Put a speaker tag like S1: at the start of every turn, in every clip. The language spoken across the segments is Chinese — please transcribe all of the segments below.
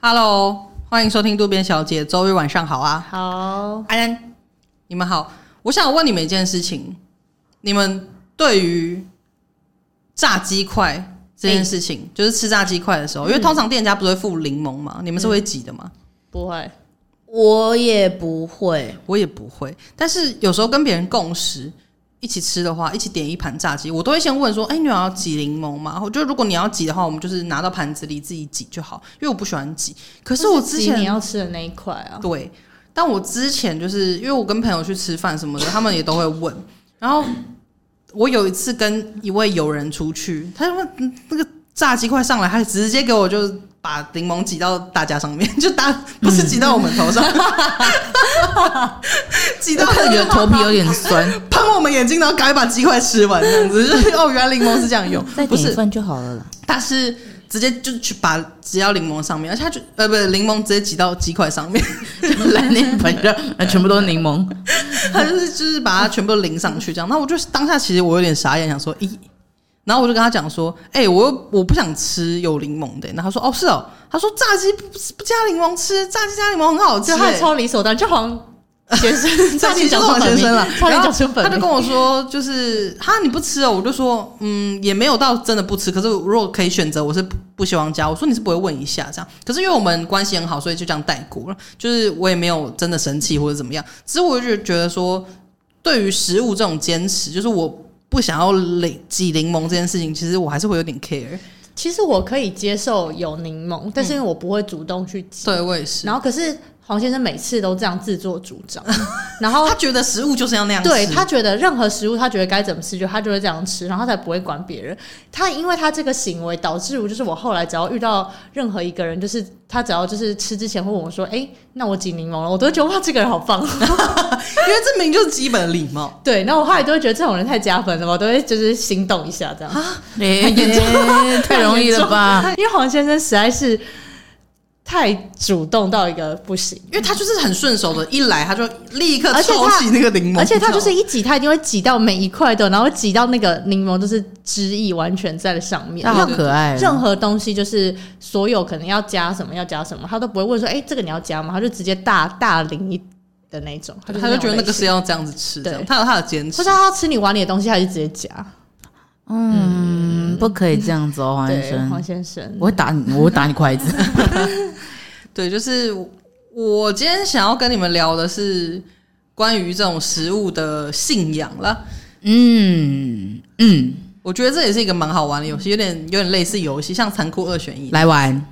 S1: Hello，欢迎收听渡边小姐，周日晚上好啊，
S2: 好，
S1: 安安，你们好。我想问你们一件事情，你们对于炸鸡块这件事情，就是吃炸鸡块的时候，因为通常店家不是会附柠檬嘛，你们是会挤的吗？
S2: 不会，
S3: 我也不会，
S1: 我也不会，但是有时候跟别人共食。一起吃的话，一起点一盘炸鸡，我都会先问说：“哎、你有要挤柠檬吗？”我觉得如果你要挤的话，我们就是拿到盘子里自己挤就好，因为我不喜欢挤。可是我之前
S2: 你要吃的那一块啊，
S1: 对，但我之前就是因为我跟朋友去吃饭什么的，他们也都会问。然后我有一次跟一位友人出去，他就问嗯那个炸鸡块上来，他直接给我就是把柠檬挤到大家上面，就打不是挤到我们头 上，挤到
S3: 我看着觉得头皮有点 酸，
S1: 喷我们眼睛，然后赶快把鸡块吃完，这样子 就是哦，原来柠檬是这样用，不是
S3: 份就好了啦。
S1: 他是直接就去把挤到柠檬上面，而且他就呃不是柠檬直接挤到鸡块上 面，
S3: 来那盆就呃全部都是柠檬，
S1: 他就是就是把它全部淋上去这样。那我就是当下其实我有点傻眼，想说咦，然后我就跟他讲说，哎、我又我不想吃有柠檬的、然后他说哦是哦，他说炸鸡不不加柠檬吃，炸鸡加柠檬很好吃、
S2: 就他
S1: 欸
S2: 超理所当然，就黄先生，
S1: 这
S2: 差
S1: 其实
S2: 点讲
S1: 是
S2: 出
S1: 王
S2: 本
S1: 先
S2: 名
S1: 生了，
S2: 差点讲出
S1: 他
S2: 本
S1: 就
S2: 名
S1: 跟。我说，就是哈你不吃哦，我就说嗯也没有到真的不吃，可是如果可以选择，我是不不希望加。我说你是不会问一下这样，可是因为我们关系很好，所以就这样带过了，就是我也没有真的生气或者怎么样，只是我就觉得说，对于食物这种坚持，就是我。不想要累挤柠檬这件事情，其实我还是会有点 care。
S2: 其实我可以接受有柠檬，但是因为我不会主动去挤。
S1: 嗯对，我也是。
S2: 然后可是黄先生每次都这样自作主 张，然后
S1: 他觉得食物就是要那样吃，
S2: 对他觉得任何食物，他觉得该怎么吃就他就会这样吃，然后他才不会管别人。他因为他这个行为导致我，就是我后来只要遇到任何一个人，就是他只要就是吃之前会问我说：“哎、那我挤柠檬了。”我都会觉得哇，这个人好棒。
S1: 因为这明明就是基本的礼貌。
S2: 对，那我后来都会觉得这种人太加分了，我都会就是心动一下这样。
S3: 哎太容易了吧？
S2: 因为黄先生实在是太主动到一个不行，
S1: 因为他就是很顺手的，一来他就立刻
S2: 而且
S1: 抄
S2: 他
S1: 起那个柠檬，
S2: 而且他就是一挤，他一定会挤到每一块的，然后挤到那个柠檬就是汁液完全在上面。
S3: 他好可
S1: 嗯
S3: 爱哦，
S2: 任何东西就是所有可能要加什么要加什么，他都不会问说，哎、这个你要加吗？他就直接大大淋一的那种，
S1: 他
S2: 就
S1: 就是
S2: 那种
S1: 觉得那
S2: 类
S1: 个
S2: 型
S1: 是要这样子吃，这样
S2: 对
S1: 他有他的坚
S2: 或
S1: 持
S2: 是。啊他要吃你碗里的东西，他就直接夹。
S3: 嗯，不可以这样子哦，黄医
S2: 对，黄
S3: 生，
S2: 先生，
S3: 我会打你，我会打你筷子。
S1: 对，就是我今天想要跟你们聊的是关于这种食物的信仰啦。
S3: 嗯 嗯，
S1: 我觉得这也是一个蛮好玩的游戏，有点有点类似游戏，像残酷二选一。
S3: 嗯来玩，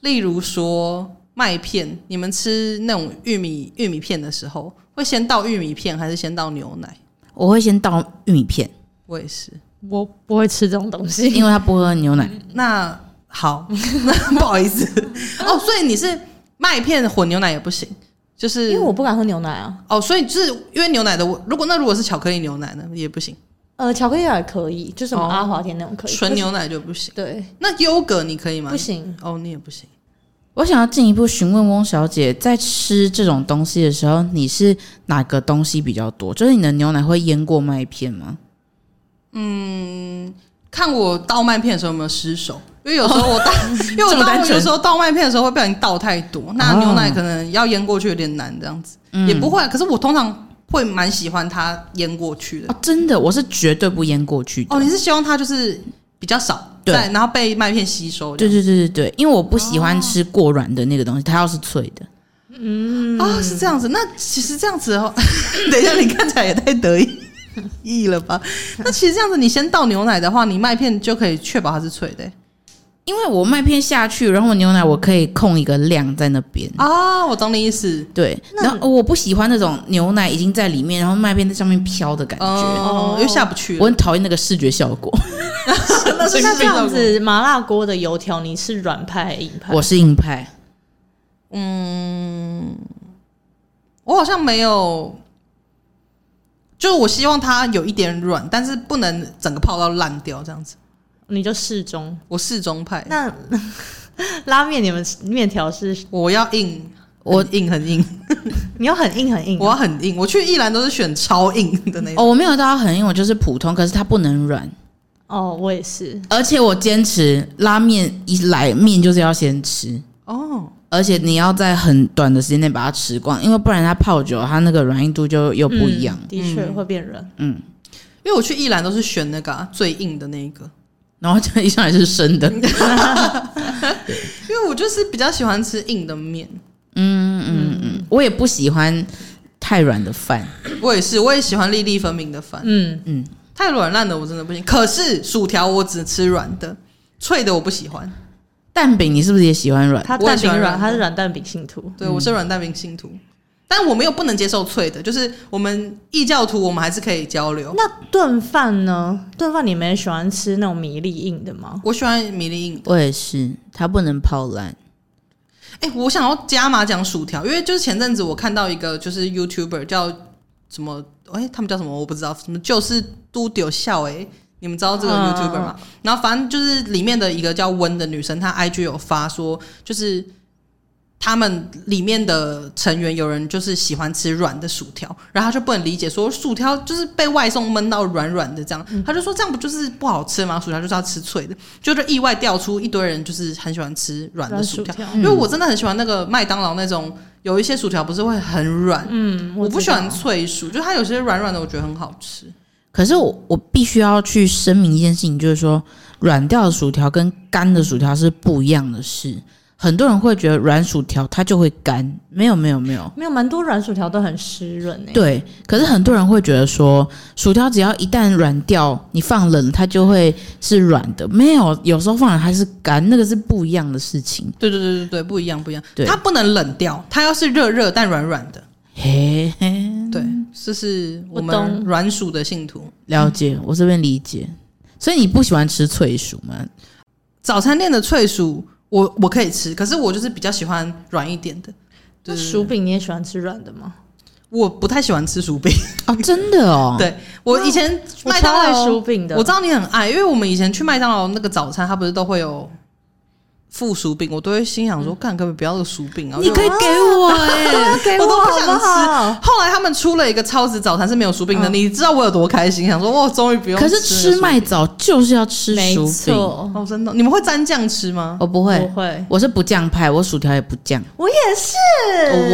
S1: 例如说麦片，你们吃那种玉米玉米片的时候，会先倒玉米片还是先倒牛奶？
S3: 我会先倒玉米片，
S1: 我也是。
S2: 我不会吃这种东西。
S3: 因为他不喝牛奶。
S1: 那好， 那不好意思哦，所以你是麦片混牛奶也不行，就是
S2: 因为我不敢喝牛奶啊，
S1: 哦，所以就是因为牛奶的味，如果那如果是巧克力牛奶呢也不行，
S2: 呃，巧克力奶可以，就什么
S1: 哦
S2: 阿华田那种可以，
S1: 纯
S2: 可
S1: 牛奶就不行
S2: 是。对
S1: 那优格你可以吗？
S2: 不行，
S1: 哦，你也不行。
S3: 我想要进一步询问翁小姐，在吃这种东西的时候，你是哪个东西比较多？就是你的牛奶会淹过麦片吗？
S1: 看我倒麦片的时候有没有失手，因为有时候我倒，
S2: 哦
S1: 因为我
S3: 这么
S1: 倒
S3: 单
S1: 有
S3: 纯
S1: 时候倒麦片的时候会不小心倒太多，那
S3: 哦
S1: 牛奶可能要淹过去有点难，这样子、
S2: 嗯
S1: 也不会啊。可是我通常会蛮喜欢它淹过去的。
S3: 哦，真的，我是绝对不淹过去的。
S1: 哦，你是希望它就是比较少，
S3: 对
S1: 在然后被麦片吸收这
S3: 对
S1: 样。
S3: 对对对对，因为我不喜欢吃过软的那个东西，它要是脆的，
S1: 啊、是这样子。那其实这样子哦， 等一下你看起来也太得意意了吧？那其实这样子，你先倒牛奶的话，你麦片就可以确保它是脆的、欸
S3: 因为我麦片下去，然后我牛奶我可以控一个量在那边。
S1: 啊、我懂你意思。
S3: 对，然后我不喜欢那种牛奶已经在里面，然后麦片在上面飘的感觉，
S1: 哦，又下不去了。
S3: 我很讨厌那个视觉效果。
S1: 那
S2: 那这样，子麻辣锅的油条，你是软派还是硬派？
S3: 我是硬派，
S1: 我好像没有。就是我希望它有一点软，但是不能整个泡到烂掉这样子。
S2: 你就适中。
S1: 我适中派，
S2: 那 拉面你们面条是
S1: 我要硬，
S3: 我
S1: 很硬很 硬，
S2: 你要很硬很硬啊、
S1: 我要很硬。我去宜兰都是选超硬的那种。
S3: 哦，我没有到它很硬，我就是普通，可是它不能软。
S2: 哦，我也是。
S3: 而且我坚持拉面一来面就是要先吃，
S1: 哦，哦，
S3: 而且你要在很短的时间内把它吃光，因为不然它泡久了，它那个软硬度就又不一样。
S2: 嗯的确会变软。
S1: 因为我去宜兰都是选那个啊、最硬的那一个，
S3: 然后这一上来是生的，
S1: 因为我就是比较喜欢吃硬的面。
S3: 嗯我也不喜欢太软的饭。
S1: 我也是，我也喜欢粒粒分明的饭，
S2: 嗯，
S1: 太软烂的我真的不行。可是薯条我只吃软的，脆的我不喜欢。
S3: 蛋饼你是不是也喜欢软？
S2: 它
S1: 我也
S2: 蛋
S1: 喜
S2: 饼
S1: 欢软
S2: 软，
S1: 的
S2: 它是软蛋饼信徒。
S1: 对我是软蛋饼信徒，但我们又不能接受脆的，就是我们异教徒，我们还是可以交流。
S2: 那炖饭呢？炖饭你们也喜欢吃那种米粒硬的吗？
S1: 我喜欢米粒硬。
S3: 我也是，它不能泡烂。
S1: 哎、我想要加码讲薯条，因为就是前阵子我看到一个就是 YouTuber 叫什么，哎、他们叫什么我不知道，什么就是都丢笑哎、你们知道这个
S2: 嗯
S1: YouTuber 吗？然后反正就是里面的一个叫温的女生，她 IG 有发说，就是他们里面的成员有人就是喜欢吃软的薯条，然后她就不能理解说薯条就是被外送闷到软软的这样，她就说这样不就是不好吃吗？薯条就是要吃脆的，就就意外调出一堆人就是很喜欢吃软的薯条。
S2: 条。
S1: 因为我真的很喜欢那个麦当劳那种，有一些薯条不是会很软，
S2: 嗯，
S1: 我不
S2: 知
S1: 喜欢
S2: 道
S1: 脆薯，就它有些软软的，我觉得很好吃。
S3: 可是我我必须要去声明一件事情，就是说软掉的薯条跟干的薯条是不一样的事。很多人会觉得软薯条它就会干，没有没有没有，
S2: 没有蛮多软薯条都很湿润欸诶、
S3: 对。可是很多人会觉得说薯条只要一旦软掉，你放冷它就会是软的，没有，有时候放冷它是干，那个是不一样的事情。
S1: 对对对对对，不一样不一样，
S3: 对
S1: 它不能冷掉，它要是热热但软软的。
S3: 嘿嘿，
S1: 对，这是我
S2: 我嗯懂
S1: 们软薯的信徒。
S3: 了解，我这边理解。所以你不喜欢吃脆薯吗？
S1: 早餐店的脆薯，我我可以吃，可是我就是比较喜欢软一点的。对对
S2: 那
S1: 对
S2: 薯饼你也喜欢吃软的吗？
S1: 我不太喜欢吃薯饼，
S3: 哦，真的哦，
S1: 对我以前
S2: 我
S1: 麦
S2: 超
S1: 当
S2: 爱
S1: 劳
S2: 薯饼的，
S1: 我知道你很爱，因为我们以前去麦当劳那个早餐，它不是都会有附薯饼，我都会心想说，干，可不可以不要这个薯饼啊？
S3: 你可以
S1: 因为
S3: 给我 哎、
S2: 啊给
S1: 我都不
S2: 好
S1: 想
S2: 不好？
S1: 我。后嗯来他们出了一个超值早餐是没有薯饼的，你知道我有多开心？想说哇，终于不用
S3: 可是
S1: 吃那个
S3: 吃
S1: 薯
S3: 麦早就是要吃
S2: 没
S3: 薯饼，
S2: 错，
S1: 哦，真的，你们会沾酱吃吗？
S3: 我不
S2: 我
S3: 会，
S2: 会，
S3: 我是不酱派，我薯条也不酱，
S2: 我也是。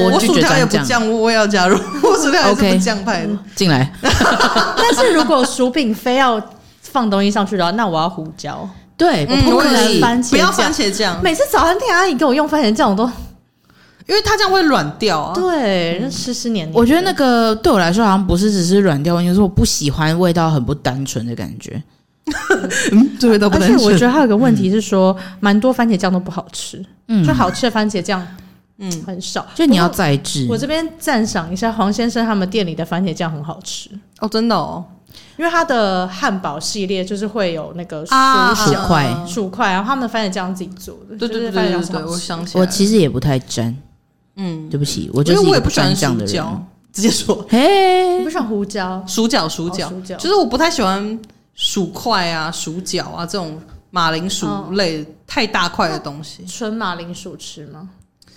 S3: 我
S1: 我
S3: 拒
S1: 薯
S3: 绝
S1: 条也
S3: 蘸
S1: 不
S3: 酱
S1: 酱，我我也要加入， 我薯条也是
S3: OK 嗯
S1: 不酱派的。
S3: 进来。
S2: 但是如果薯饼非要放东西上去的话，那我要胡椒。
S3: 对，
S1: 嗯
S3: 我不
S1: 我
S3: 可
S1: 也
S3: 以
S1: 是。
S2: 番茄
S1: 不要番
S2: 酱
S1: 茄酱，
S2: 每次早餐店阿姨给我用番茄酱，我都
S1: 因为它这样会软掉
S2: 哦
S1: 啊。
S3: 嗯
S2: 对，那湿湿黏黏的。
S3: 我觉得那个对我来说好像不是只是软掉问题，就是我不喜欢味道很不单纯的感觉。
S1: 嗯，这味道不
S2: 而
S1: 能
S2: 且我
S1: 吃
S2: 觉。得还有一个问题是说，蛮多番茄酱都不好吃，
S3: 嗯
S2: 就，好吃的番茄酱，嗯
S1: 嗯，
S2: 很少。
S3: 就你要
S2: 不过
S3: 再制
S2: 我。这边赞赏一下黄先生他们店里的番茄酱很好吃，
S1: 哦，真的哦，
S2: 因为他的汉堡系列就是会有那个薯
S3: 薯
S2: 小、
S3: 块
S2: 薯块，然后他们的番茄酱自己做的，
S1: 对
S2: 就
S1: 对对
S2: 是番
S1: 对对
S2: 茄酱是
S1: 对，
S2: 好
S1: 我
S2: 吃。
S1: 想起来
S3: 我
S1: 了，
S3: 其实也不太沾，
S1: 嗯，
S3: 对不起，我就
S1: 因
S3: 是
S1: 为
S3: 一
S1: 我
S3: 个
S1: 也不喜欢
S3: 沾酱
S1: 薯
S3: 的人。
S1: 角，直接说。
S2: 我
S3: 嘿
S2: 不，喜欢胡椒，
S1: 薯角，薯角，
S2: 哦薯角
S1: 就是我不太喜欢薯块啊、薯角啊这种马铃薯
S2: 嗯
S1: 类、太大块的东西，
S2: 纯马铃薯吃吗？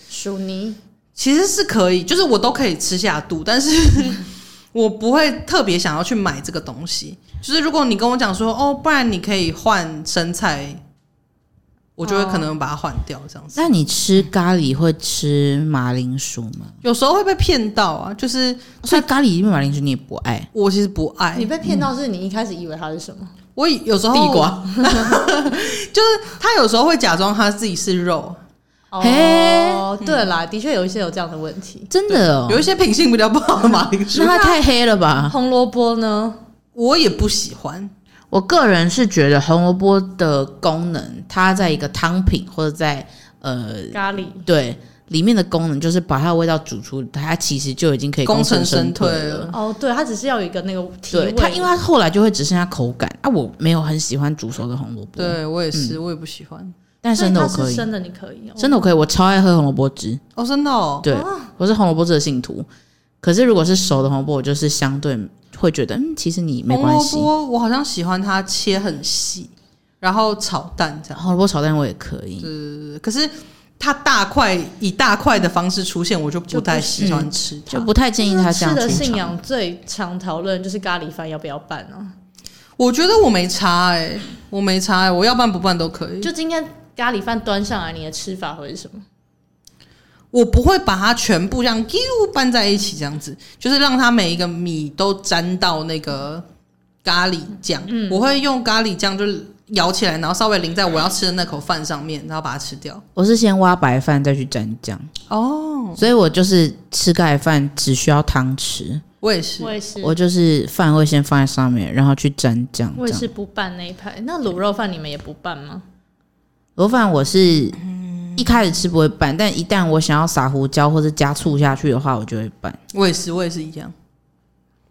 S2: 薯泥
S1: 其实是可以，就是我都可以吃下肚，但 是我不会特别想要去买这个东西。就是如果你跟我讲说，哦，不然你可以换生菜，我就会可能把它换掉这样子。
S3: 那你吃咖喱会吃马铃薯吗？
S1: 有时候会被骗到啊，就是
S3: 所以咖喱因为马铃薯你也不爱，
S1: 我其实不爱
S2: 你，被骗到是你一开始以为它是什么？
S1: 我有时候
S3: 地瓜，
S1: 就是他有时候会假装他自己是肉，
S2: 哦，对啦，的确有一些有这样的问题。
S3: 真的哦
S1: 有。一些品性比较不好的马铃薯
S3: 那，它太黑了吧？
S2: 红萝卜呢？
S1: 我也不喜欢。
S3: 我个人是觉得红萝卜的功能，它在一个汤品或者在呃
S2: 咖喱
S3: 对里面的功能，就是把它的味道煮出，它其实就已经可以
S1: 功
S3: 成
S1: 成身
S3: 退
S1: 退
S3: 了
S1: 了。
S2: 哦，对，它只是要有一个那个提
S3: 对
S2: 味，
S3: 它，因为它后来就会只剩下口感啊！我没有很喜欢煮熟的红萝卜，
S1: 对我也
S3: 嗯
S1: 是，我也不喜欢。
S3: 但
S2: 所以
S3: 生的
S2: 它
S3: 我
S2: 是
S3: 可以，
S2: 生的你可以哦，
S3: 生的我可以，我超爱喝红萝卜汁，
S1: 哦，真的哦，
S3: 对我是红萝卜汁的信徒。可是如果是熟的红萝卜，我就是相对会觉得，嗯，其实你没
S1: 红
S3: 关
S1: 萝
S3: 系。
S1: 卜我好像喜欢它切很细，然后炒蛋这样。
S3: 红萝卜炒蛋我也可以，
S1: 呃可是它大块以大块的方式出现，我就
S2: 就
S1: 不
S2: 不
S1: 太喜欢吃
S3: 就
S1: 它。
S3: 不太建议它这
S2: 吃
S3: 样
S2: 的
S3: 去
S2: 信
S3: 炒。
S2: 仰最常讨论就是咖喱饭要不要办啊？
S1: 我觉得我没差哎、
S3: 嗯
S1: 我没差哎、我要拌不拌都可以。
S2: 就今天咖喱饭端上来，你的吃法会是什么？
S1: 我不会把它全部这样丢拌在一起，这样子就是让它每一个米都沾到那个咖喱酱。
S2: 嗯
S1: 我会用咖喱酱就是舀起来，然后稍微淋在我要吃的那口饭上面，然后把它吃掉。
S3: 我是先挖白饭再去蘸酱，
S1: 哦，
S3: 所以我就是吃盖饭只需要汤匙，
S1: 我也是
S2: 我，也是，
S3: 我就是饭会先放在上面，然后去蘸酱。
S2: 我也
S3: 这样
S2: 是不拌那一派。那卤肉饭你们也不拌吗？
S3: 螺饭我是一开始吃不会拌，但一旦我想要撒胡椒或者加醋下去的话，我就会拌。
S1: 我也是，我也是一样。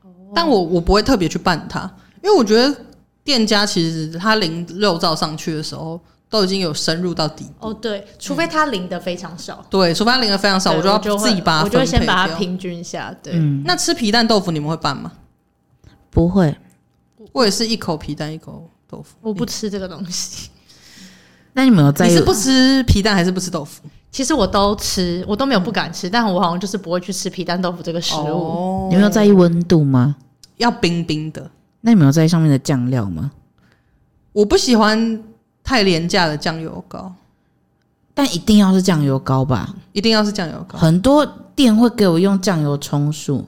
S2: 哦
S1: 但我我不会特别去拌它，因为我觉得店家其实他淋肉燥上去的时候，都已经有深入到底部。
S2: 哦，对，除非它淋的非常少，
S1: 对，除非他淋的非常少，
S2: 对
S1: 我
S2: 我
S1: 就要
S2: 会
S1: 自己把它
S2: 我就会
S1: 分配
S2: 先把它
S1: 掉。
S2: 平均一下。对，
S3: 嗯，
S1: 那吃皮蛋豆腐你们会拌吗？
S3: 不会，
S1: 我也是一口皮蛋一口豆腐。
S2: 我不吃这个东西。
S3: 那你们有在
S1: 你
S3: 意
S1: 是不吃皮蛋还是不吃豆腐？
S2: 其实我都吃，我都没有不敢吃，但我好像就是不会去吃皮蛋豆腐这个食物。
S1: 哦
S3: 你们有在意温度吗？
S1: 要冰冰的，
S3: 那你们有在意上面的酱料吗？
S1: 我不喜欢太廉价的酱油膏，
S3: 但一定要是酱油膏吧？
S1: 一定要是酱油膏。
S3: 很多店会给我用酱油充数，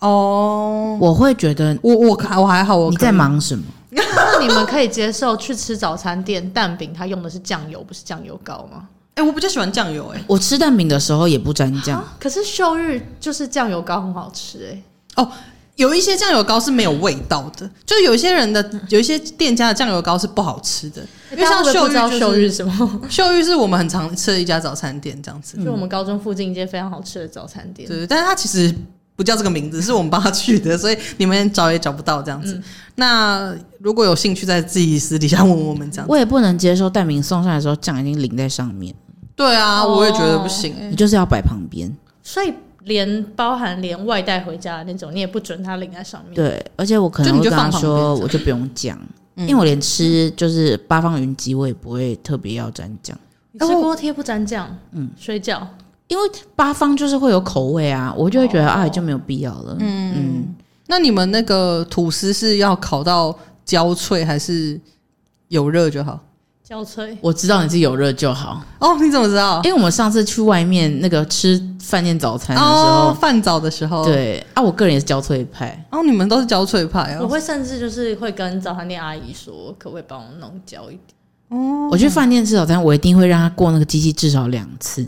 S1: 哦，
S3: 我会觉得
S1: 我我还我还好，我
S3: 你
S1: 可以
S3: 在忙什么？
S2: 那你们可以接受去吃早餐店蛋饼，它用的是酱油，不是酱油膏吗？
S1: 哎、我比较喜欢酱油、哎，
S3: 我吃蛋饼的时候也不沾酱，
S2: 啊可是秀日就是酱油膏很好吃哎、
S1: 有一些酱油膏是没有味道的，就有一些人的有一些店家的酱油膏是不好吃的，因为
S2: 哎大家
S1: 像
S2: 会不会
S1: 秀
S2: 不知道
S1: 玉
S2: 秀
S1: 就
S2: 日
S1: 是
S2: 什 么，嗯
S1: 秀玉是我们很常吃的一家早餐店，这样子。
S2: 就我们高中附近一间非常好吃的早餐店。
S1: 对，但是它其实不叫这个名字，是我们帮他取的，所以你们找也找不到这样子。那如果有兴趣，再自己私底下问我们这样子。
S3: 我也不能接受蛋饼送上来的时候酱已经淋在上面，
S1: 对啊，
S2: 哦
S1: 我也觉得不行、欸
S3: 你就是要摆旁边。
S2: 所以连包含连外带回家的那种，你也不准它淋在上面。
S3: 对，而且我可能
S1: 就
S3: 会
S1: 你就
S3: 跟他
S1: 放旁边这
S3: 说，
S1: 样
S3: 我就不用酱，因为我连吃就是八方云集，我也不会特别要沾酱，
S2: 你吃锅贴不沾酱，嗯，水饺
S3: 因为八方就是会有口味啊，我就会觉得、啊就没有必要了。嗯
S1: 那你们那个吐司是要烤到焦脆还是有热就好？
S2: 焦脆。
S3: 我知道你是有热就好，
S1: 哦，你怎么知道？
S3: 因为我们上次去外面那个吃哎饭店早餐的时候，
S1: 哦，饭早的时候，，
S3: 对啊，我个人也是焦脆派，
S1: 哦，你们都是焦脆派
S2: 我
S1: 哦。
S2: 会甚至就是会跟早餐店阿姨说，可不可以帮我弄焦一点？
S3: 我去饭店吃早餐，我一定会让他过那个机器至少两次。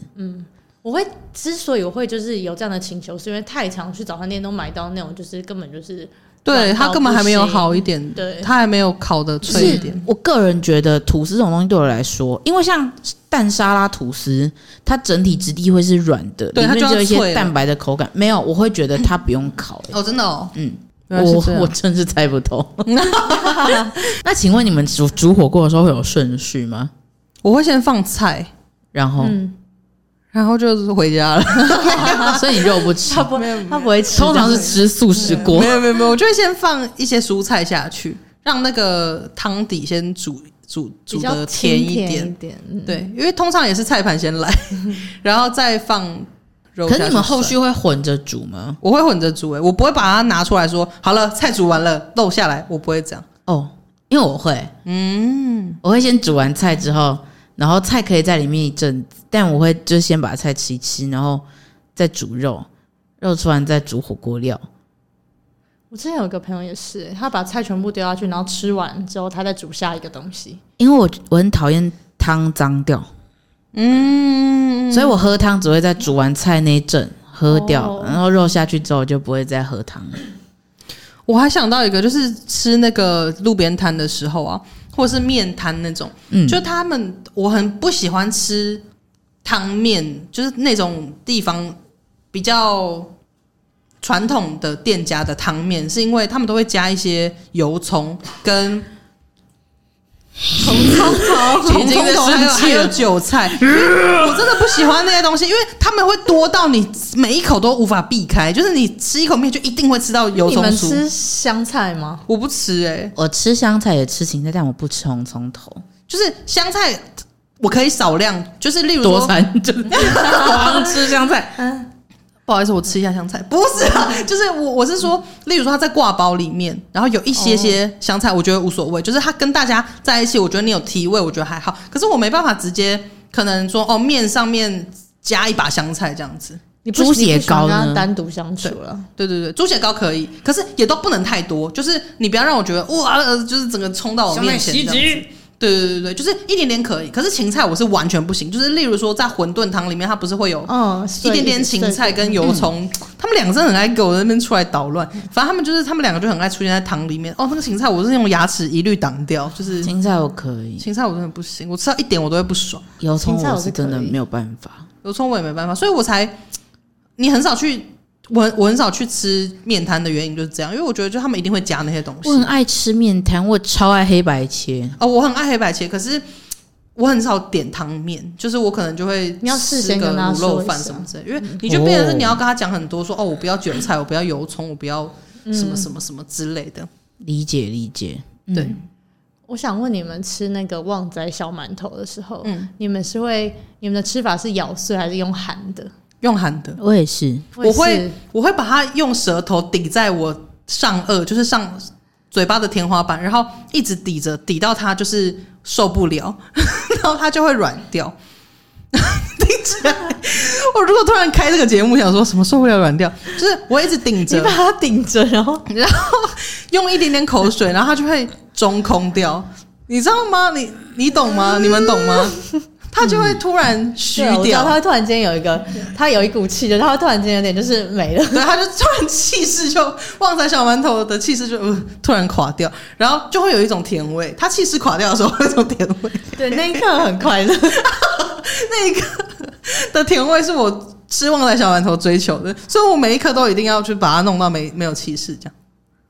S2: 我会之所以我会就是有这样的请求，是因为太常去早餐店都买到那种就是根本就是
S1: 对，
S2: 软到
S1: 它根本还没有
S2: 不行
S1: 好一点，
S2: 对
S1: 它还没有烤的
S3: 就
S1: 脆一
S3: 是
S1: 点。
S3: 我个人觉得吐司这种东西对我来说，因为像蛋沙拉吐司，它整体质地会是软的，
S1: 对
S3: 里面
S1: 它就要
S3: 就有一些
S1: 脆了
S3: 蛋白的口感。没有，我会觉得它不用烤、欸
S1: 哦，真的哦，嗯， 原来是
S3: 我
S1: 这样
S3: 我真是猜不透。 那请问你们煮煮火锅的时候会有顺序吗？
S1: 我会先放菜，
S3: 然后，
S2: 嗯，
S1: 然后就是回家了。
S3: 所以你肉不 吃
S2: 他，不他不会吃这
S3: 通
S2: 样，
S3: 常是吃素食锅
S1: 没。有没有没有，我就会先放一些蔬菜下去，让那个汤底先煮煮
S2: 比
S1: 煮
S2: 较
S1: 的
S2: 清
S1: 甜一
S2: 甜
S1: 点
S2: 一。点，嗯
S1: 对，因为通常也是菜盘先 来，然后再放肉。
S3: 可是你们后续，会混着煮吗？
S1: 我会混着煮、欸，我不会把它拿出来说好了，菜煮完了，肉下来，我不会这样。
S3: 哦，因为我会，嗯，我会先煮完菜之后，然后菜可以在里面一阵子，但我会就先把菜吃一吃，然后再煮肉，肉吃完再煮火锅料。
S2: 我之前有个朋友也是，欸他把菜全部丢下去，然后吃完之后，他再煮下一个东西。
S3: 因为我我很讨厌汤脏掉，嗯，所以我喝汤只会在煮完菜那一阵喝掉，
S2: 哦
S3: 然后肉下去之后就不会再喝汤了。
S1: 我还想到一个，就是吃那个路边摊的时候啊，或是面摊那种，
S3: 嗯
S1: 就他们我很不喜欢吃汤面，就是那种地方比较传统的店家的汤面，是因为他们都会加一些油葱 跟。葱头、
S3: 已经在
S1: 还有
S3: 生气
S1: 还
S3: 了
S1: 有韭 菜，我真的不喜欢那些东西，因为他们会多到你每一口都无法避开，就是你吃一口面就一定会吃到油
S2: 你
S1: 葱
S2: 们
S1: 酥。
S2: 吃香菜吗？
S1: 我不吃哎、
S3: 我吃香菜也吃芹菜，但我不吃红葱头。
S1: 就是香菜我可以少量，就是例如说，
S3: 餐就是狂吃香菜，
S1: 不好意思，我吃一下香菜，不是啊， 就是我我是说，例如说它在挂包里面，然后有一些些香菜，我觉得无所谓，就是它跟大家在一起，我觉得你有提味，我觉得还好，可是我没办法直接可能说哦面上面。加一把香菜这样子。
S2: 你不
S3: 猪
S2: 你
S3: 血糕
S2: 不喜欢
S3: 呢
S2: 跟他单独相处了，
S1: 对对对，猪血糕可以，可是也都不能太多，就是你不要让我觉得哇，呃就是整个冲到我面前这样子。对对对对，就是一点点可以，可是芹菜我是完全不行。就是例如说，在馄饨汤里面，它不是会有
S2: 嗯，
S1: 一
S2: 所以
S1: 点点芹菜跟油葱，他们两个真的很爱给我在那边出来捣乱。反正他们就是他们两个就很爱出现在汤里面。哦，那个芹菜我是用牙齿一律挡掉，就是
S3: 芹菜我可以，
S1: 芹菜我真的不行，我吃到一点我都会不爽。
S3: 油葱
S2: 芹菜我
S3: 我
S2: 是
S3: 是真的
S2: 可以
S3: 没有办法。
S1: 油葱我也没办法，所以我才你很少去，我我很少去吃面摊的原因就是这样，因为我觉得就他们一定会加那些东西
S3: 我。很爱吃面摊，我超爱黑白切。
S1: 哦，我很爱黑白切，可是我很少点汤面，就是我可能就会
S2: 你要事
S1: 吃
S2: 先
S1: 个
S2: 跟他
S1: 卤肉
S2: 说一
S1: 饭
S2: 下嗯
S1: 什么之类，因为你就变成是你要跟他讲很多，说哦，我不要韭菜，我不要油葱，我不要什
S2: 嗯
S1: 么什么什么之类的。
S3: 理解理解，
S1: 对，
S2: 我想问你们吃那个旺仔小馒头的时候，你们是会你们的吃法是咬碎还是用含的？
S1: 用含的，
S3: 我也是。
S1: 我会
S2: 是
S1: 我会把它用舌头抵在我上颚，就是上嘴巴的天花板，然后一直抵着，抵到它就是受不了， 然后它就会软掉。 听起来，我如果突然开这个节目，想说什么受不了软掉，就是我一直顶
S2: 你
S1: 着
S2: 把，它顶着，然后
S1: 然后用一点点口水，然后它就会中空掉，你知道吗？你你懂吗？你们懂吗？它就会突然虚
S2: 对我知道
S1: 掉，
S2: 它会突然间有一个，它有一股气的，它会突然间有点就是没了。
S1: 对，他就突然气势就旺仔小馒头的气势就、呃突然垮掉，然后就会有一种甜味。他气势垮掉的时候会有一种甜味，
S2: 对，那一刻很快乐。
S1: 那一刻的甜味是我吃旺仔小馒头追求的，所以我每一刻都一定要去把它弄到没没有气势这样。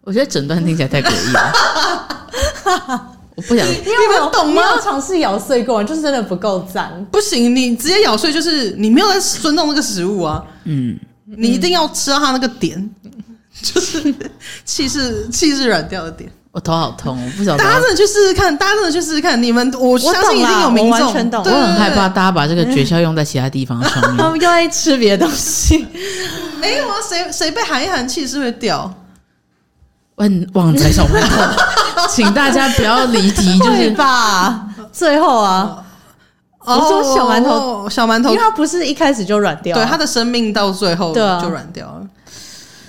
S3: 我觉得整段听起来太诡异了， 我不想。
S2: 因 为我
S1: 你们懂吗
S2: 你有尝试咬碎过，就是真的不够脏。
S1: 不行，你直接咬碎就是你没有在尊重那个食物啊，
S3: 嗯，
S1: 你一定要吃到它那个点， 就是气势气势软掉的点。
S3: 我头好痛，我不晓得
S1: 大。家真的去试试看，大家真的去试试看，你们我相信一定有
S2: 我懂啦
S1: 民
S2: 我完
S1: 众，
S2: 全懂
S1: 对
S3: 我很害。
S1: 对对
S3: 怕大家把这个诀窍用在其他地方上
S2: 他
S3: 面。
S2: 们又爱吃别的东 西，
S1: 没有啊，谁谁被喊一喊气是会掉，
S3: 问旺仔小馒头， 请大家不要离题，就
S2: 对
S3: 是
S2: 吧？最后啊，我说小馒头
S1: 哦，小馒
S2: 因
S1: 头
S2: 为，它不是一开始就软掉啊，
S1: 对它的生命到最后
S2: 对啊
S1: 就软掉了。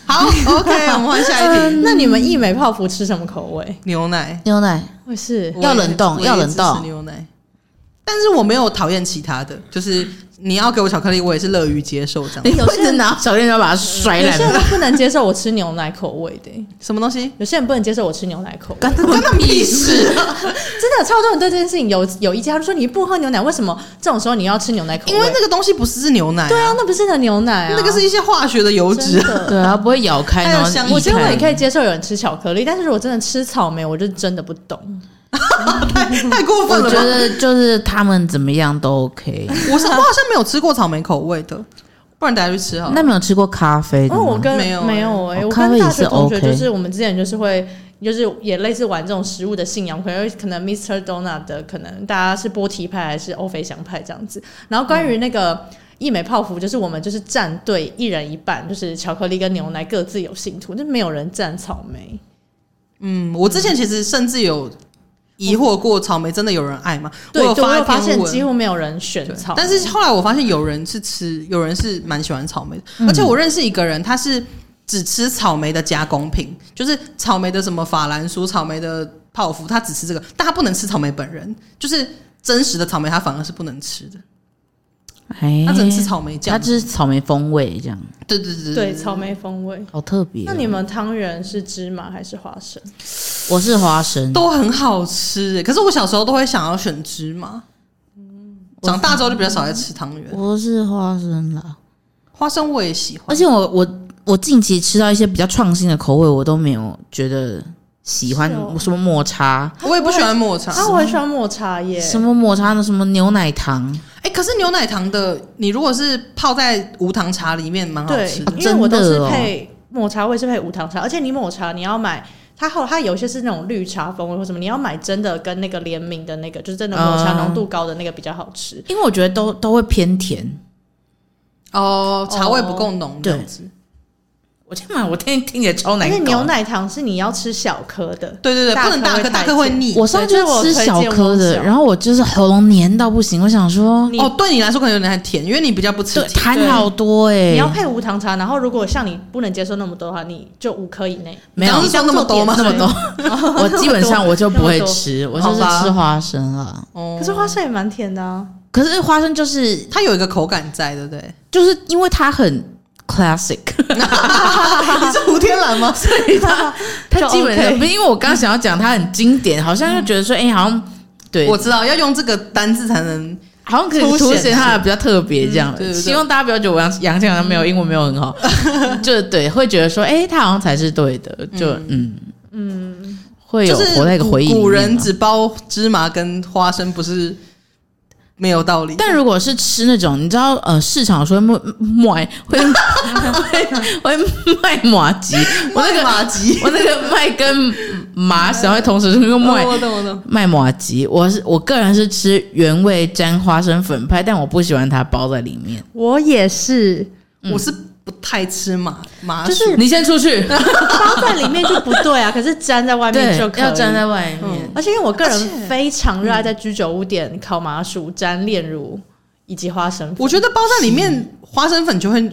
S1: 好 ，OK，我们换下一题，
S2: 那你们一美泡芙吃什么口味？
S1: 牛奶
S3: 牛奶
S2: 我是
S3: 要冷冻
S1: 我也
S3: 要冷冻
S1: 我也支持牛奶。但是我没有讨厌其他的，就是你要给我巧克力，我也是乐于接受这样。
S3: 你不能拿小电刀把它摔
S2: 有
S3: 烂
S2: 些人不能接受我吃牛奶口味的欸、
S1: 什么东西？
S2: 有些人不能接受我吃牛奶口味，
S3: 干关他屁事！
S2: 真的超多人对这件事情有有意见，他就说你不喝牛奶，为什么这种时候你要吃牛奶 口味？
S1: 因为那个东西不是牛奶、
S2: 对啊，，那不是你的牛奶啊，
S1: 那个是一些化学的油脂
S2: 真。的。
S3: 对啊，不会咬开，
S1: 还有
S3: 然后
S1: 香
S3: 一
S2: 我觉得我
S3: 看
S2: 也可以接受有人吃巧克力，但是如果真的吃草莓，我就真的不懂。
S1: 太过分
S3: 我
S1: 了
S3: 觉
S1: 吧！
S3: 得就是他们怎么样都 OK。
S1: 我是我好像没有吃过草莓口味的，不然大家去吃好了。
S3: 那没有吃过咖啡
S2: 因
S3: 的
S2: 为哦我
S3: 吗？
S2: 跟
S1: 没有欸
S2: 没有哎、
S3: 哦
S2: 我
S3: 咖啡
S2: 跟
S3: 也
S2: 大
S3: 是
S2: 学同学
S3: OK
S2: 就是我们之前就是会。就是也类似玩这种食物的信仰，可能可能 Mr. Donut 的，可能大家是波提派还是欧菲香派这样子。然后关
S3: 嗯
S2: 于那个一美泡芙，就是我们就是站队，一人一半，就是巧克力跟牛奶各自有信徒，就没有人站草莓。
S1: 嗯，我之前其实甚至有疑惑过，草莓真的有人爱吗？
S2: 对，
S1: 有
S2: 对我
S1: 发
S2: 有
S1: 一
S2: 发
S1: 篇
S2: 现几
S1: 文。
S2: 乎没有人选
S1: 对
S2: 草莓，
S1: 但是后来我发现有人是吃，有人是蛮喜欢草莓的，而
S2: 嗯
S1: 且我认识一个人，他是只吃草莓的加工品，就是草莓的什么法兰酥、草莓的泡芙，他只吃这个，但他不能吃草莓本人，就是真实的草莓他反而是不能吃的，
S3: 哎
S1: 他只能吃草莓
S3: 它
S1: 酱。
S3: 就是草莓风味，这样
S1: 对对对
S2: 对草莓风味。
S3: 好特别哦。
S2: 那你们汤圆是芝麻还是花生？
S3: 我是花生，
S1: 都很好吃欸，可是我小时候都会想要选芝麻，长大之后就比较少在吃汤圆，
S3: 我是花生啦。
S1: 花生我也喜欢
S3: 而。且我我我近期吃到一些比较创新的口味，我都没有觉得喜欢
S2: 是哦
S3: 什么抹茶，
S1: 我也不喜欢抹茶，
S2: 啊，我很喜欢抹茶耶。
S3: 什么抹茶的什么牛奶糖，
S1: 哎、可是牛奶糖的，你如果是泡在无糖茶里面，蛮好
S2: 对
S1: 吃，的。
S2: 因为我都
S3: 真
S2: 是
S3: 的哦
S2: 配抹茶，我也是配无糖茶，而且你抹茶你要买。它后它有一些是那种绿茶风味或什么，你要买真的跟那个联名的那个，就是真的抹茶
S3: 啊
S2: 浓度高的那个比较好吃。
S3: 因为我觉得都都会偏甜。
S1: 哦，茶味不够浓这样子。
S3: 我天嘛，我听听起来超难
S2: 但
S3: 搞。
S2: 是牛奶糖是你要吃小颗的，
S1: 对对对，
S2: 大
S1: 不能大
S2: 颗
S1: 颗，
S2: 会
S1: 大
S2: 太
S1: 颗会
S2: 甜
S1: 腻。
S3: 我上次
S2: 对这是我推
S3: 吃
S2: 荐
S3: 小颗
S2: 汪
S3: 的，
S2: 小
S3: 然后我就是喉咙黏到不行，我想说，
S2: 你
S1: 哦，对你来说可能有点太甜，因为你比较不吃
S3: 对，
S1: 甜。
S3: 痰好多哎、
S2: 你要配无糖茶。然后如果像你不能接受那么多的话，你就五颗以内。
S3: 没有
S1: 你刚刚是说那么多吗？
S3: 那么多，我基本上我就不会吃，我
S1: 么多
S3: 就是吃花生了。
S1: 哦
S2: 可是花生也蛮甜的啊。
S3: 可是花生就是
S1: 它有一个口感在，对不对？
S3: 就是因为它很 classic，
S1: 你是胡天蓝吗？
S3: 啊它
S2: 就
S3: 基本上
S2: OK
S3: 不是因为我刚刚想要讲它很经典，好像就觉得说，哎、好像对，
S1: 我知道要用这个单字才能
S3: 好像可以
S1: 凸显
S3: 凸显它的比较特别这样。
S1: 嗯对对对
S3: 希望大家不要觉得我杨杨倩好像没有英文没 有很好，就对，会觉得说，哎、它好像才是对的，就嗯嗯，会有
S1: 就是
S3: 活在一个回忆里
S1: 古
S3: 面啊
S1: 古人
S3: 嘛
S1: 只包芝麻跟花生，不是没有道理。
S3: 但如果是吃那种，你知道，呃，市场说卖卖会 会会卖麻吉，我那
S1: 麦
S3: 个
S1: 麻吉，
S3: 我那个卖跟麻小会同时那个卖
S1: 哦我懂我懂。
S3: 卖麻吉，我是我个人是吃原味沾花生粉派，但我不喜欢它包在里面。
S2: 我也是，
S3: 嗯
S1: 我是不太吃麻麻薯，
S2: 就是
S3: 你先出去，
S2: 包在里面就不对啊，可是粘在外面
S3: 对
S2: 就，可以。嗯
S3: 要站在外面。
S2: 而且因为我个
S1: 而且
S2: 人非常热爱在居酒屋点烤麻薯、沾炼乳以及花生粉，
S1: 我觉得包在里面花生粉就会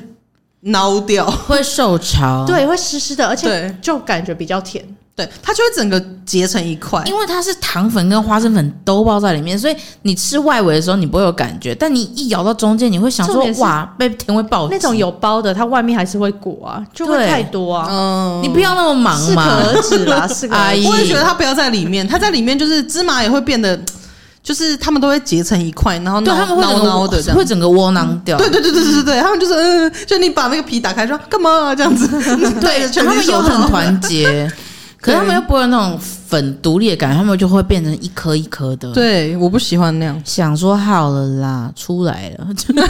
S1: 孬掉，
S3: 会受潮，，
S2: 对会湿湿的，而且
S1: 对
S2: 就感觉比较甜。
S1: 对，它就会整个结成一块。
S3: 因为它是糖粉跟花生粉都包在里面，所以你吃外围的时候你不会有感觉，但你一咬到中间，你会想
S2: 重
S3: 说
S2: 点是
S3: 哇，被甜味爆
S2: 那种
S3: 击
S2: 有包的，它外面还是会裹啊，就会
S3: 嗯对嗯哎
S2: 太多啊，
S1: 嗯，
S3: 你不要那么忙
S2: 适可
S3: 嘛。
S2: 而止啦，适可而
S3: 阿
S2: 止
S3: 姨。
S1: 我也觉得它不要在里面，它在里面就是芝麻也会变得，就是它们都会结成一块，然后
S3: 对
S1: 挠
S3: 他们会整
S1: 挠
S3: 个
S1: 挠的这样
S3: 会。整个窝囊掉。
S1: 对对对对对对对，他们就是嗯，就你把那个皮打开说干嘛啊、这样子， 对，全
S3: 他
S1: 是
S3: 们又
S1: 手
S3: 很
S1: 套。
S3: 团 结，可是他们又不会有那种粉独立的感觉，他们就会变成一颗一颗
S1: 嗯
S3: 的。，
S1: 对，我不喜欢那样。
S3: 想说好了啦，出来了，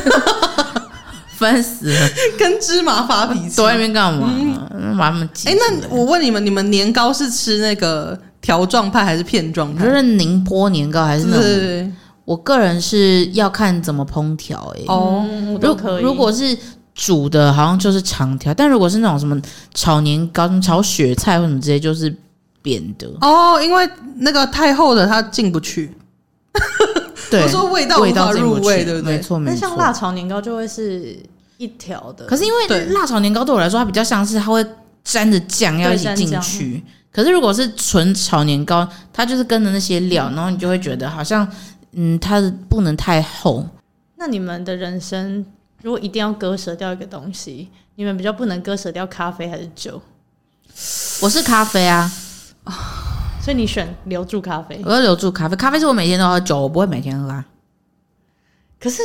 S3: 烦死了，
S1: 跟芝麻发脾气。
S3: 躲在那边干嘛？把他们挤
S1: 哎、
S3: 出来。
S1: 那我问你们，你们年糕是吃那个条状派还是片状
S3: 我
S1: 派
S3: 觉？得宁波年糕还是
S1: 是
S3: 那
S1: 不
S3: 种，
S1: 是
S3: 我个人是要看怎么烹调。哎，
S1: 哦，
S2: 嗯我都
S3: 如
S2: 可以。
S3: 如果是煮的，好像就是长条；但如果是那种什么炒年糕、什么炒雪菜或什么之类，就是扁的。
S1: 哦，因为那个太厚的它进不去。
S3: 对，
S1: 我说味道
S3: 味
S1: 无法
S3: 道进不
S1: 入
S3: 去
S1: 味，对不
S3: 没
S1: 对？
S3: 错，没
S2: 那
S3: 错。
S2: 像辣炒年糕就会是一条的，
S3: 可是因为
S1: 对
S3: 辣炒年糕对我来说，它比较像是它会沾着酱要一起进
S2: 沾
S3: 去。可是如果是纯炒年糕，它就是跟着那些料，
S2: 嗯
S3: 然后你就会觉得好像，嗯，它的不能太厚。
S2: 那你们的人生如果一定要割舍掉一个东西，你们比较不能割舍掉咖啡还是酒？
S3: 我是咖啡啊，
S2: 所以你选留住咖啡。
S3: 我要留住咖啡。咖啡是我每天都喝，酒我不会每天喝啊。
S2: 可是，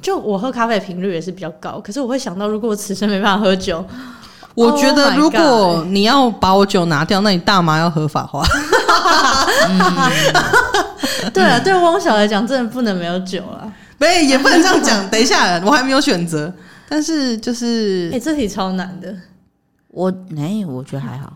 S2: 就我喝咖啡的频率也是比较高，可是我会想到，如果我此生没办法喝酒，
S1: 我觉
S2: Oh
S1: 得
S2: my
S1: 如果你要把我酒拿掉，那你大麻要合法化。
S2: 对啊，对汪小来讲，真的不能没有酒啊了。
S1: 没，也不能这样讲。等一下，我还没有选择。但是就是
S2: 哎、这题超难的
S3: 我哎、我觉得还好，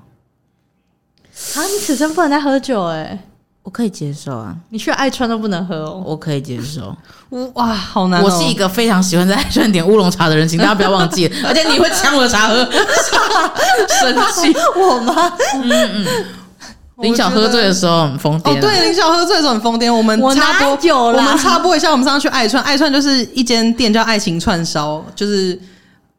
S2: 啊！你此生不能再喝酒哎、
S3: 我可以接受啊，
S2: 你去爱川都不能喝哦。
S3: 我可以接受。
S1: 我哇，好难、哦。
S3: 我是一个非常喜欢在爱川点乌龙茶的人，请大家不要忘 记。而且你会抢我的茶喝，生气。
S2: 我吗？
S3: 林晓喝醉的时候很疯癫、 啊
S1: 哦，对，林晓喝醉的时候很疯癫。我们
S2: 我
S1: 插
S2: 哪
S1: 播，
S3: 哦
S2: 有啦
S1: 我们插播一下，我们上次去爱串，爱串就是一间店叫爱情串烧，就是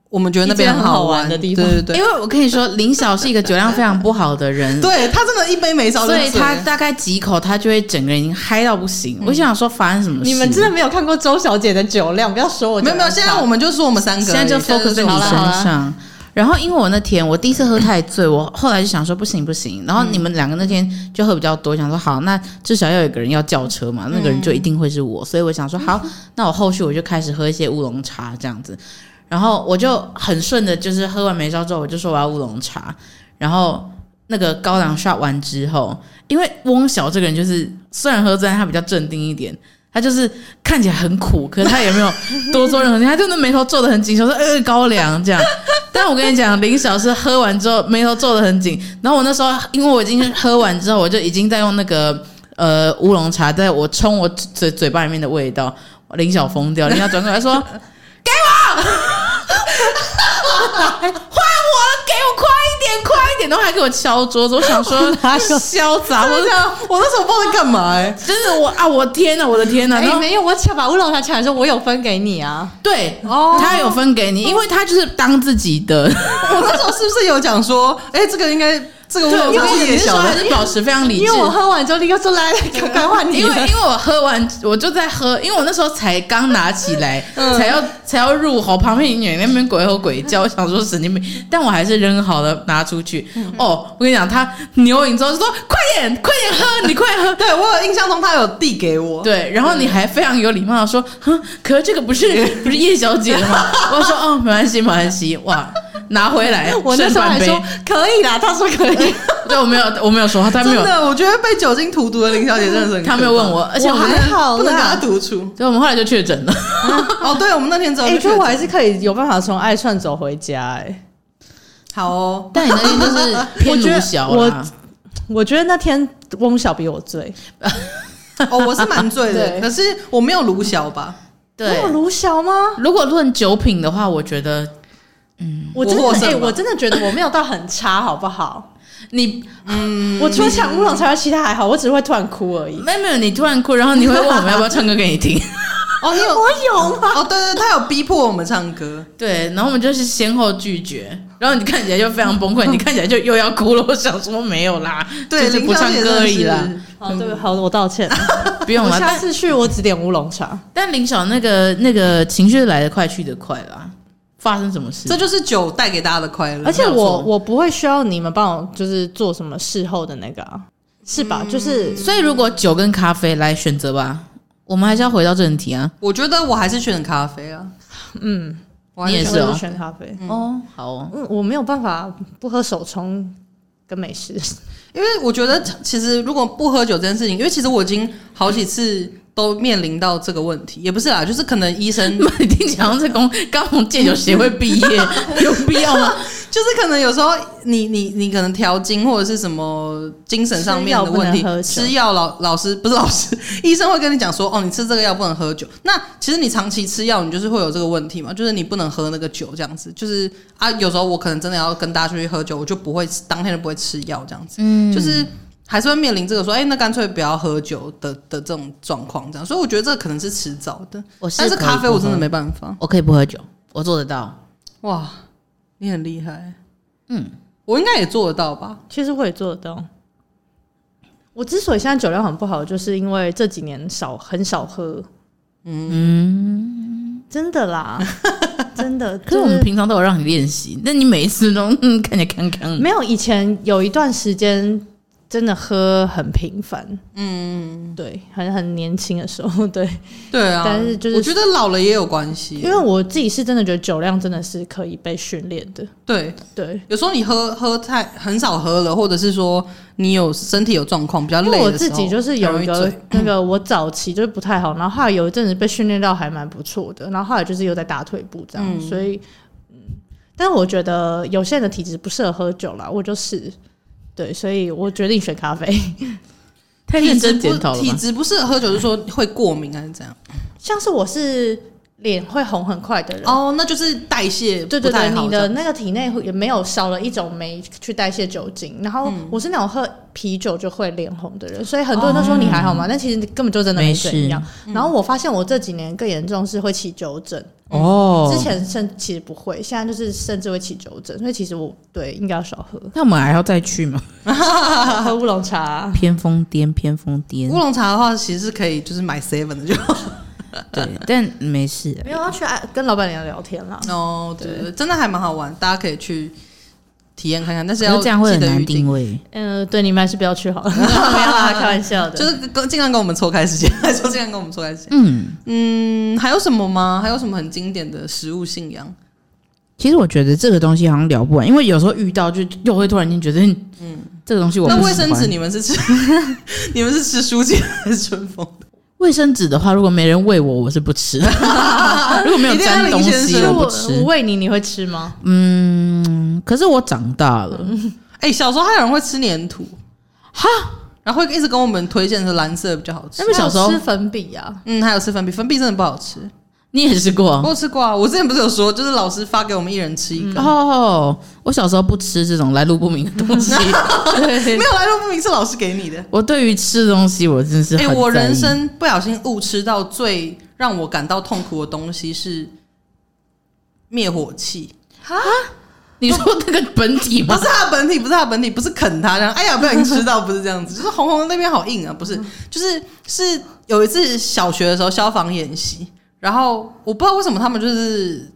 S1: 我们觉得那边
S2: 一间很好
S1: 好
S2: 玩的地方
S1: 对对
S3: 因为我跟你说，林晓是一个酒量非常不好的人
S1: 对，，对他真的一杯没烧就
S3: 所
S1: 醉
S3: 以他大概几口，他就会整个人已经嗨到不行。我想说，发生什么事？
S2: 你们真的没有看过周小姐的酒量，不要说我
S1: 没有没有，
S2: 酒
S1: 现
S2: 量
S1: 在
S2: 差
S1: 我们就说我们三个而已，
S3: 现在就 focus 在你
S1: 好了好了
S3: 身上。然后，因为我那天我第一次喝太醉，我后来就想说不行不行。然后你们两个那天就喝比较多，想说好，那至少要有一个人要叫车
S1: 嗯
S3: 嘛，那个人就一定会是我。所以我想说好，那我后续我就开始喝一些乌龙茶这样子。然后我就很顺的，就是喝完梅烧之后，我就说我要乌龙茶。然后那个高粱刷完之后，因为翁晓这个人就是虽然喝醉，但他比较镇定一点。他就是看起来很苦，可是他也没有多做任何事情，他就那眉头皱得很紧，想说呃高粱这样。 但我跟你讲，林小是喝完之后眉头皱得很紧，然后我那时候因为我已经喝完之后，我就已经在用那个呃乌龙茶在我冲我嘴嘴巴里面的哎 味道，林小疯掉，林小转过来说。给我！ 给我 快一点，快一点！然后还给我敲桌子，我想说
S2: 哪有
S3: 潇洒，我
S1: 我
S2: 啊
S1: 我那时候不知道在干嘛哎、
S3: 真的我啊，我天哪，我的天哪！
S2: 哎、
S3: 然后
S2: 没有，我恰把乌龙茶抢来说，我有分给你啊。
S3: 对，
S2: 哦
S3: 他有分给你，因为他就是当自己 的。
S1: 我那时候是不是有讲说，哎、这个应该这个我
S3: 对，我
S1: 自己
S3: 那
S1: 也
S3: 时
S1: 小
S3: 候还
S1: 的，
S3: 是保持非常理智
S2: 因为。我喝完之后立刻说来来，赶快换你
S3: 因为
S2: 了。
S3: 因为我喝完，我就在喝，因为我那时候才刚拿起来，
S2: 嗯
S3: 才要才要入喉，旁边演员那边鬼吼鬼叫，我想说神经病，但我还是扔好了拿出去。
S2: 嗯
S3: 哦，我跟你讲，他牛饮之后就说快点快点喝，你快喝，
S1: 对我有印象中他有递给我，
S3: 对，然后你还非常有礼貌的说：“哼，可这个不是不是叶小姐的吗？”我说：“哦，没关系，没关系。”哇，拿回来，
S2: 我那时候还
S3: 剩
S2: 说
S3: 半杯
S2: 可以啦，他说可以，
S3: 对，我没有，我没有说话，他没
S1: 真
S3: 有，
S1: 的，我觉得被酒精荼毒的林小姐真的是很可怕
S3: 他没有问我，而且我
S2: 我
S3: 们
S2: 还好
S1: 不能给她
S2: 啦。
S1: 独处。
S3: 所以我们后来就确诊了。
S1: 哦，对，我们那天 走
S2: 哎、
S1: 就
S2: 可
S1: 确
S2: 我
S1: 诊
S2: 还是可以有办法从爱串走回家、哎，
S1: 好哦，
S3: 但你那天就是偏鲁小
S2: 我
S3: 啦，
S2: 我觉得那天翁小比我醉，
S1: 哦，我是蛮醉的，
S2: 对
S1: 可是我没有卢小吧？
S3: 对
S2: 我。有卢小吗？
S3: 如果论酒品的话，我觉得
S2: 我真的
S1: 我获
S2: 哎、
S1: 胜吧
S2: 我真的觉得我没有到很差，好不好？
S3: 你
S2: 我除了抢乌龙茶，其他还好，我只是会突然哭而已。
S3: 没有没有，你突然哭，然后你会问我们要不要唱歌给你听，
S1: 哦，你有
S2: 我有吗？
S1: 哦，对对，他有逼迫我们唱歌，
S3: 对，然后我们就是先后拒绝，然后你看起来就非常崩溃，你看起来就又要哭了。我想说没有啦，
S1: 对，
S3: 就是
S1: 林
S3: 不
S1: 小
S3: 唱
S1: 姐真
S3: 歌
S1: 的
S3: 而已
S1: 是
S3: 啦，
S2: 好，哦对，好，我道 歉。
S3: 不用
S2: 我
S3: 啦。
S2: 下
S3: 但
S2: 次去我只点乌龙茶。
S3: 但林晓那个那个情绪来得快去得快啦，发生什么事？
S1: 这就是酒带给大家的快乐
S2: 而。且
S3: 没有
S2: 我
S3: 错
S2: 我不会需要你们帮我，就是做什么事后的那个、啊，是吧？就是
S3: 所以如果酒跟咖啡来选择吧，我们还是要回到正题啊。
S1: 我觉得我还是选咖啡啊，
S2: 嗯，
S1: 我还
S3: 你也
S1: 选
S3: 是哦
S2: 我选咖啡。
S3: 哦，好 哦，
S2: 嗯，我没有办法不喝手冲跟美食。
S1: 因为我觉得其实如果不喝酒这件事情，因为其实我已经好几次都面临到这个问题，也不是啦，就是可能医生
S3: 那你听起来好像在公刚从戒酒协会毕 业，有必要吗？
S1: 就是可能有时候你你你可能调经或者是什么精神上面的问
S2: 吃药不能喝
S1: 题，
S2: 酒
S1: 吃药老老师不是老师，医生会跟你讲说，哦，你吃这个药不能喝酒。那其实你长期吃药，你就是会有这个问题嘛，就是你不能喝那个酒这样子。就是啊，有时候我可能真的要跟大家出去喝酒，我就不会当天就不会吃药这样子，嗯，就是。还是会面临这个说，哎、那干脆不要喝酒的的这种状况，这样，所以我觉得这个可能是迟早的。
S3: 我是
S1: 但是
S3: 可以
S1: 咖啡我真的
S3: 不喝
S1: 没办法，
S3: 我可以不喝酒，我做得到。
S1: 哇，你很厉害，嗯，我应该也做得到吧？
S2: 其实我也做得到。我之所以现在酒量很不好，就是因为这几年少很少喝。嗯，真的 啦，真的。
S3: 可是我
S2: 就
S3: 们平常都有让你练习，那你每一次都 嗯看起来康康的。
S2: 没有以前有一段时间真的喝很频繁。嗯，对，很很年轻的时候，对，
S1: 对啊，
S2: 但是就是
S1: 我觉得老了也有关系，
S2: 因为我自己是真的觉得酒量真的是可以被训练的。
S1: 对，
S2: 对，
S1: 有时候你喝喝太很少喝了，或者是说你有身体有状况比较
S2: 因
S1: 啊累
S2: 为我
S1: 的时
S2: 自
S1: 候，
S2: 己就是有一
S1: 很容易
S2: 个
S1: 醉
S2: 那个我早期就是不太好，然后后来有一阵子被训练到还蛮不错的，然后后来就是又在打腿部这样，所以嗯，但我觉得有些人的体质不适合喝酒啦，我就是对，所以我决定选咖啡。
S3: 太
S1: 体
S3: 认
S1: 质
S3: 真
S1: 不
S3: 检讨了
S1: 体
S3: 吗？
S1: 质不适合喝酒，就是说会过敏还是怎样？
S2: 像是我是脸会红很快的人。
S1: 哦，那就是代谢
S2: 对
S1: 不
S2: 对
S1: 太
S2: 对，
S1: 好
S2: 你
S1: 这
S2: 的
S1: 样
S2: 那个体内会也没有少了一种酶去代谢酒精，然后我是那种喝啤酒就会脸红的人，所以很多人都说你还好吗？但其实根本就真的
S3: 没事
S2: 怎样。然后我发现我这几年更严重是会起酒疹，
S3: 哦
S2: 之前甚其实不会，现在就是甚至会起酒疹，所以其实我对应该要少喝，
S3: 那我们还要再去吗？
S2: 喝乌龙茶啊、
S3: 偏疯癫，偏疯癫
S1: 乌，龙茶的话，其实是可以就是买 seven 的就 好。
S3: 对，啊但没事。
S2: 没有啊要去爱跟老板娘聊天啦。
S1: 哦，对，对真的还蛮好玩，大家可以去体验看看，但是
S3: 可
S1: 要
S3: 是这样会
S1: 记
S3: 很
S1: 得
S3: 难
S1: 预定
S3: 定位。
S2: 嗯、对，你们还是不要去好 了，没有啦，开玩笑的。
S1: 就是跟尽量跟我们错开时间， 还说尽量跟我们错开时间。
S3: 嗯，
S1: 嗯，还有什么吗？还有什么很经典的食物信仰？
S3: 其实我觉得这个东西好像聊不完，因为有时候遇到就又会突然间觉得，嗯，这个东西我不
S1: 那
S3: 喜欢
S1: 卫生纸你们是吃， 你们是吃书记还是春风？
S3: 卫生纸的话，如果没人喂我，我是不吃。 如果没有沾东
S1: 一定要林
S3: 西，
S1: 先
S2: 那
S1: 生
S3: 不
S2: 我我
S3: 吃。
S2: 喂你，你会吃吗？
S3: 嗯，可是我长大了，
S1: 哎、小时候还有人会吃粘土，哈，然后会一直跟我们推荐是蓝色比较好吃
S3: 那。么小时候
S2: 还有吃粉笔啊，
S1: 嗯，还有吃粉笔，粉笔真的不好吃。
S3: 你也吃过
S1: 我有吃过啊，我之前不是有说，就是老师发给我们一人吃一个，
S3: 哦？我小时候不吃这种来路不明的东西，
S1: 嗯
S3: 对
S1: 没有来路不明是老师给你的。
S3: 我对于吃的东西我真是
S1: 哎、
S3: 很
S1: 我
S3: 在意
S1: 人生不小心误吃到最让我感到痛苦的东西是灭火器，
S3: 你说那个本体
S1: 不
S3: 吗
S1: 是？它的本体，不是它的本体，不是啃它这样。哎呀，不小心吃到，不是这 样子，就是红红的那边好硬啊，不是，就是是有一次小学的时候消防演习，然后我不知道为什么他们就是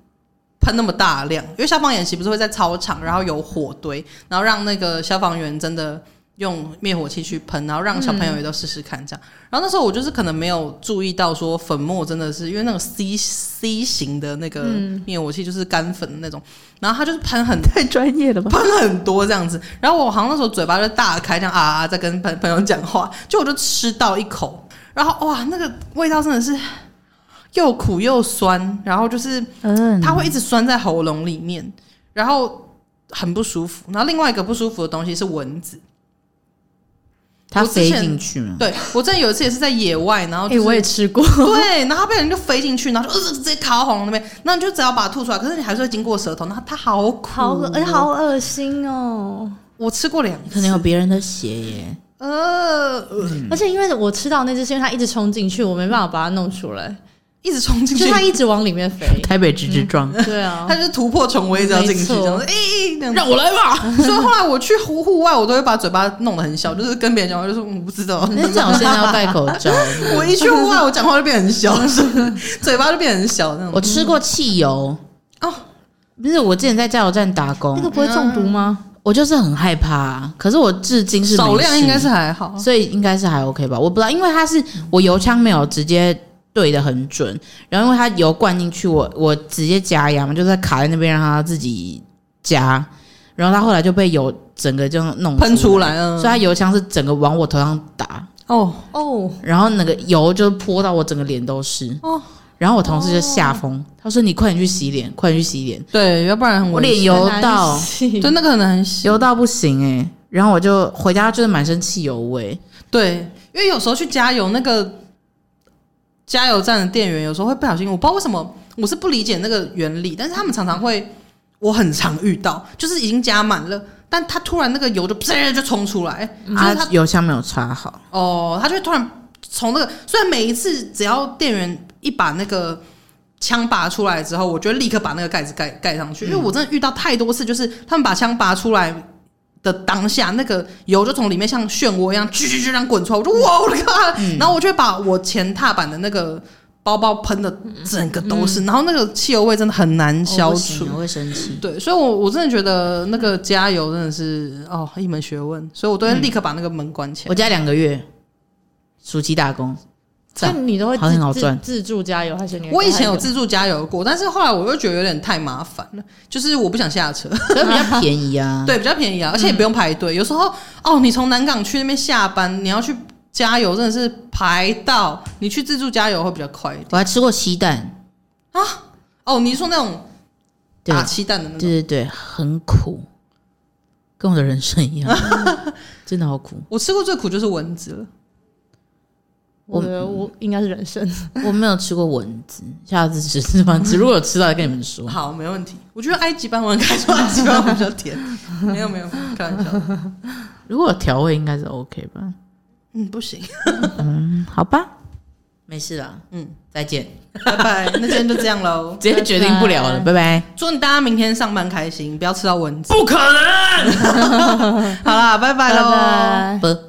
S1: 喷那么大量，因为消防演习不是会在操场，然后有火堆，然后让那个消防员真的用灭火器去喷，然后让小朋友也都试试看这样。然后那时候我就是可能没有注意到说粉末真的是因为那种 C C 型的那个
S3: 嗯
S1: 灭火器就是干粉的那种，然后它就是喷很
S3: 太专业了吧？
S1: 喷很多这样子。然后我好像那时候嘴巴就大开，这样啊啊，在跟朋朋友讲话，就我就吃到一口，然后哇，那个味道真的是又苦又酸，然后就是
S3: 嗯，
S1: 它会一直酸在喉咙里面，然后很不舒服。然后另外一个不舒服的东西是蚊子，
S3: 它
S1: 我之
S3: 飞
S1: 前
S3: 进去吗？
S1: 对我之前有一次也是在野外，然后
S2: 哎、
S1: 就是
S2: 我也吃过，
S1: 对，然后它被人就飞进去，然后就、呃、直接卡到喉咙那边，那你就只要把它吐出来，可是你还是会经过舌头，然后它好苦，哦
S2: 好恶，哎、好恶心哦！
S1: 我吃过两
S3: 你可能
S1: 次
S3: 有，别人的血耶。
S1: 呃，
S2: 而且因为我吃到那只，是因为它一直冲进去，我没办法把它弄出来，
S1: 一直冲进
S2: 就
S1: 去，
S2: 是它一直往里 面飞。
S3: 台北直直撞，
S1: 嗯
S2: 对啊
S1: 他，就是突破重围，只要进去
S2: 没错
S1: 这样子，哎、欸，这样子
S3: 让我来吧。
S1: 所以后来我去户户外，我都会把嘴巴弄得很小，就是跟别人讲话，就说我不知 道。
S3: 那讲我现在要戴口罩。
S1: 我一去户外，我讲话就变很 小，是嘴巴就变很小那
S3: 嗯我
S1: 种。
S3: 吃过汽油
S1: 哦，
S3: 不是我之前在加油站打工
S2: 那个，不会中毒吗？
S3: 我就是很害怕。可是我至今是没
S1: 少量
S3: 事
S1: 应该是，还好，
S3: 所以应该是还 OK 吧？我不知道，因为它是我油枪没有直接对的很准，然后因为它油灌进去，我我直接加压嘛，就是卡在那边让它自己加，然后它后来就被油整个就弄
S1: 喷
S3: 出
S1: 出，来
S3: 所以
S1: 嗯。
S3: 它油枪是整个往我头上打。
S1: 哦，
S2: 哦，
S3: 然后那个油就泼到我整个脸都是。
S1: 哦
S3: 然后我同事就吓疯，他说：“你快点去洗脸，快点去洗脸。
S1: 对，要不然”很
S3: 我
S1: 危险
S3: 脸油
S2: 很难
S3: 到
S2: 洗
S1: 对那个可能很小。
S3: 油到不行哎、然后我就回家就是满身汽油味，
S1: 对，因为有时候去加油，那个加油站的店员有时候会不小心，我不知道为什么，我是不理解那个原理，但是他们常常会，我很常遇到，就是已经加满了，但他突然那个油就噗就冲出来，就是
S3: 啊
S1: 他，
S3: 油箱没有插好，
S1: 哦，他就会突然从那个，虽然每一次只要店员一把那个。枪拔出来之后，我就会立刻把那个盖子盖盖上去，因为我真的遇到太多次，就是他们把枪拔出来的当下，那个油就从里面像漩涡一样，啾啾啾这样滚出来，我就哇，我的妈！然后我就会把我前踏板的那个包包喷的整个都是，然后那个汽油味真的很难消除。
S3: 我会生气。
S1: 对，所以我，我真的觉得那个加油真的是哦一门学问，所以我都会立刻把那个门关起来。
S3: 我家两个月，暑期打工，
S2: 所以你都会
S3: 好
S2: 自
S3: 很好
S2: 自
S3: 赚
S2: 自助加油还是你？
S1: 我以前有，自助加油过，但是后来我又觉得有点太麻烦了，就是我不想下车，。
S3: 可是比较便宜 啊
S1: 对，比较便宜啊，而且也不用排队。有时候哦，你从南港去那边下班，你要去加油，真的是排到你去自助加油会比较快。
S3: 我还吃过鸡蛋，
S1: 哦，你说那种
S3: 对
S1: 打气弹的那种，
S3: 对对对，很苦，跟我的人生一样，真的好苦。
S1: 我吃过最苦就是蚊子了。
S2: 我的我应该是人参，
S3: 我没有吃过蚊子，下次吃吃蚊子，如果有吃到再跟你们说。
S1: 好，没问题。我觉得埃及斑蚊开出埃及斑蚊比较甜，没有没有，开玩 笑的。
S3: 如果有调味应该是 OK 吧？
S1: 嗯，不行，
S3: 嗯，好吧，没事了，
S1: 嗯，
S3: 再见，
S1: 拜拜，那今天就这样喽。
S3: 直接决定不了了，拜拜。
S1: 祝大家明天上班开心，不要吃到蚊子。
S3: 不可能，
S1: 好啦，拜拜喽。
S3: 不。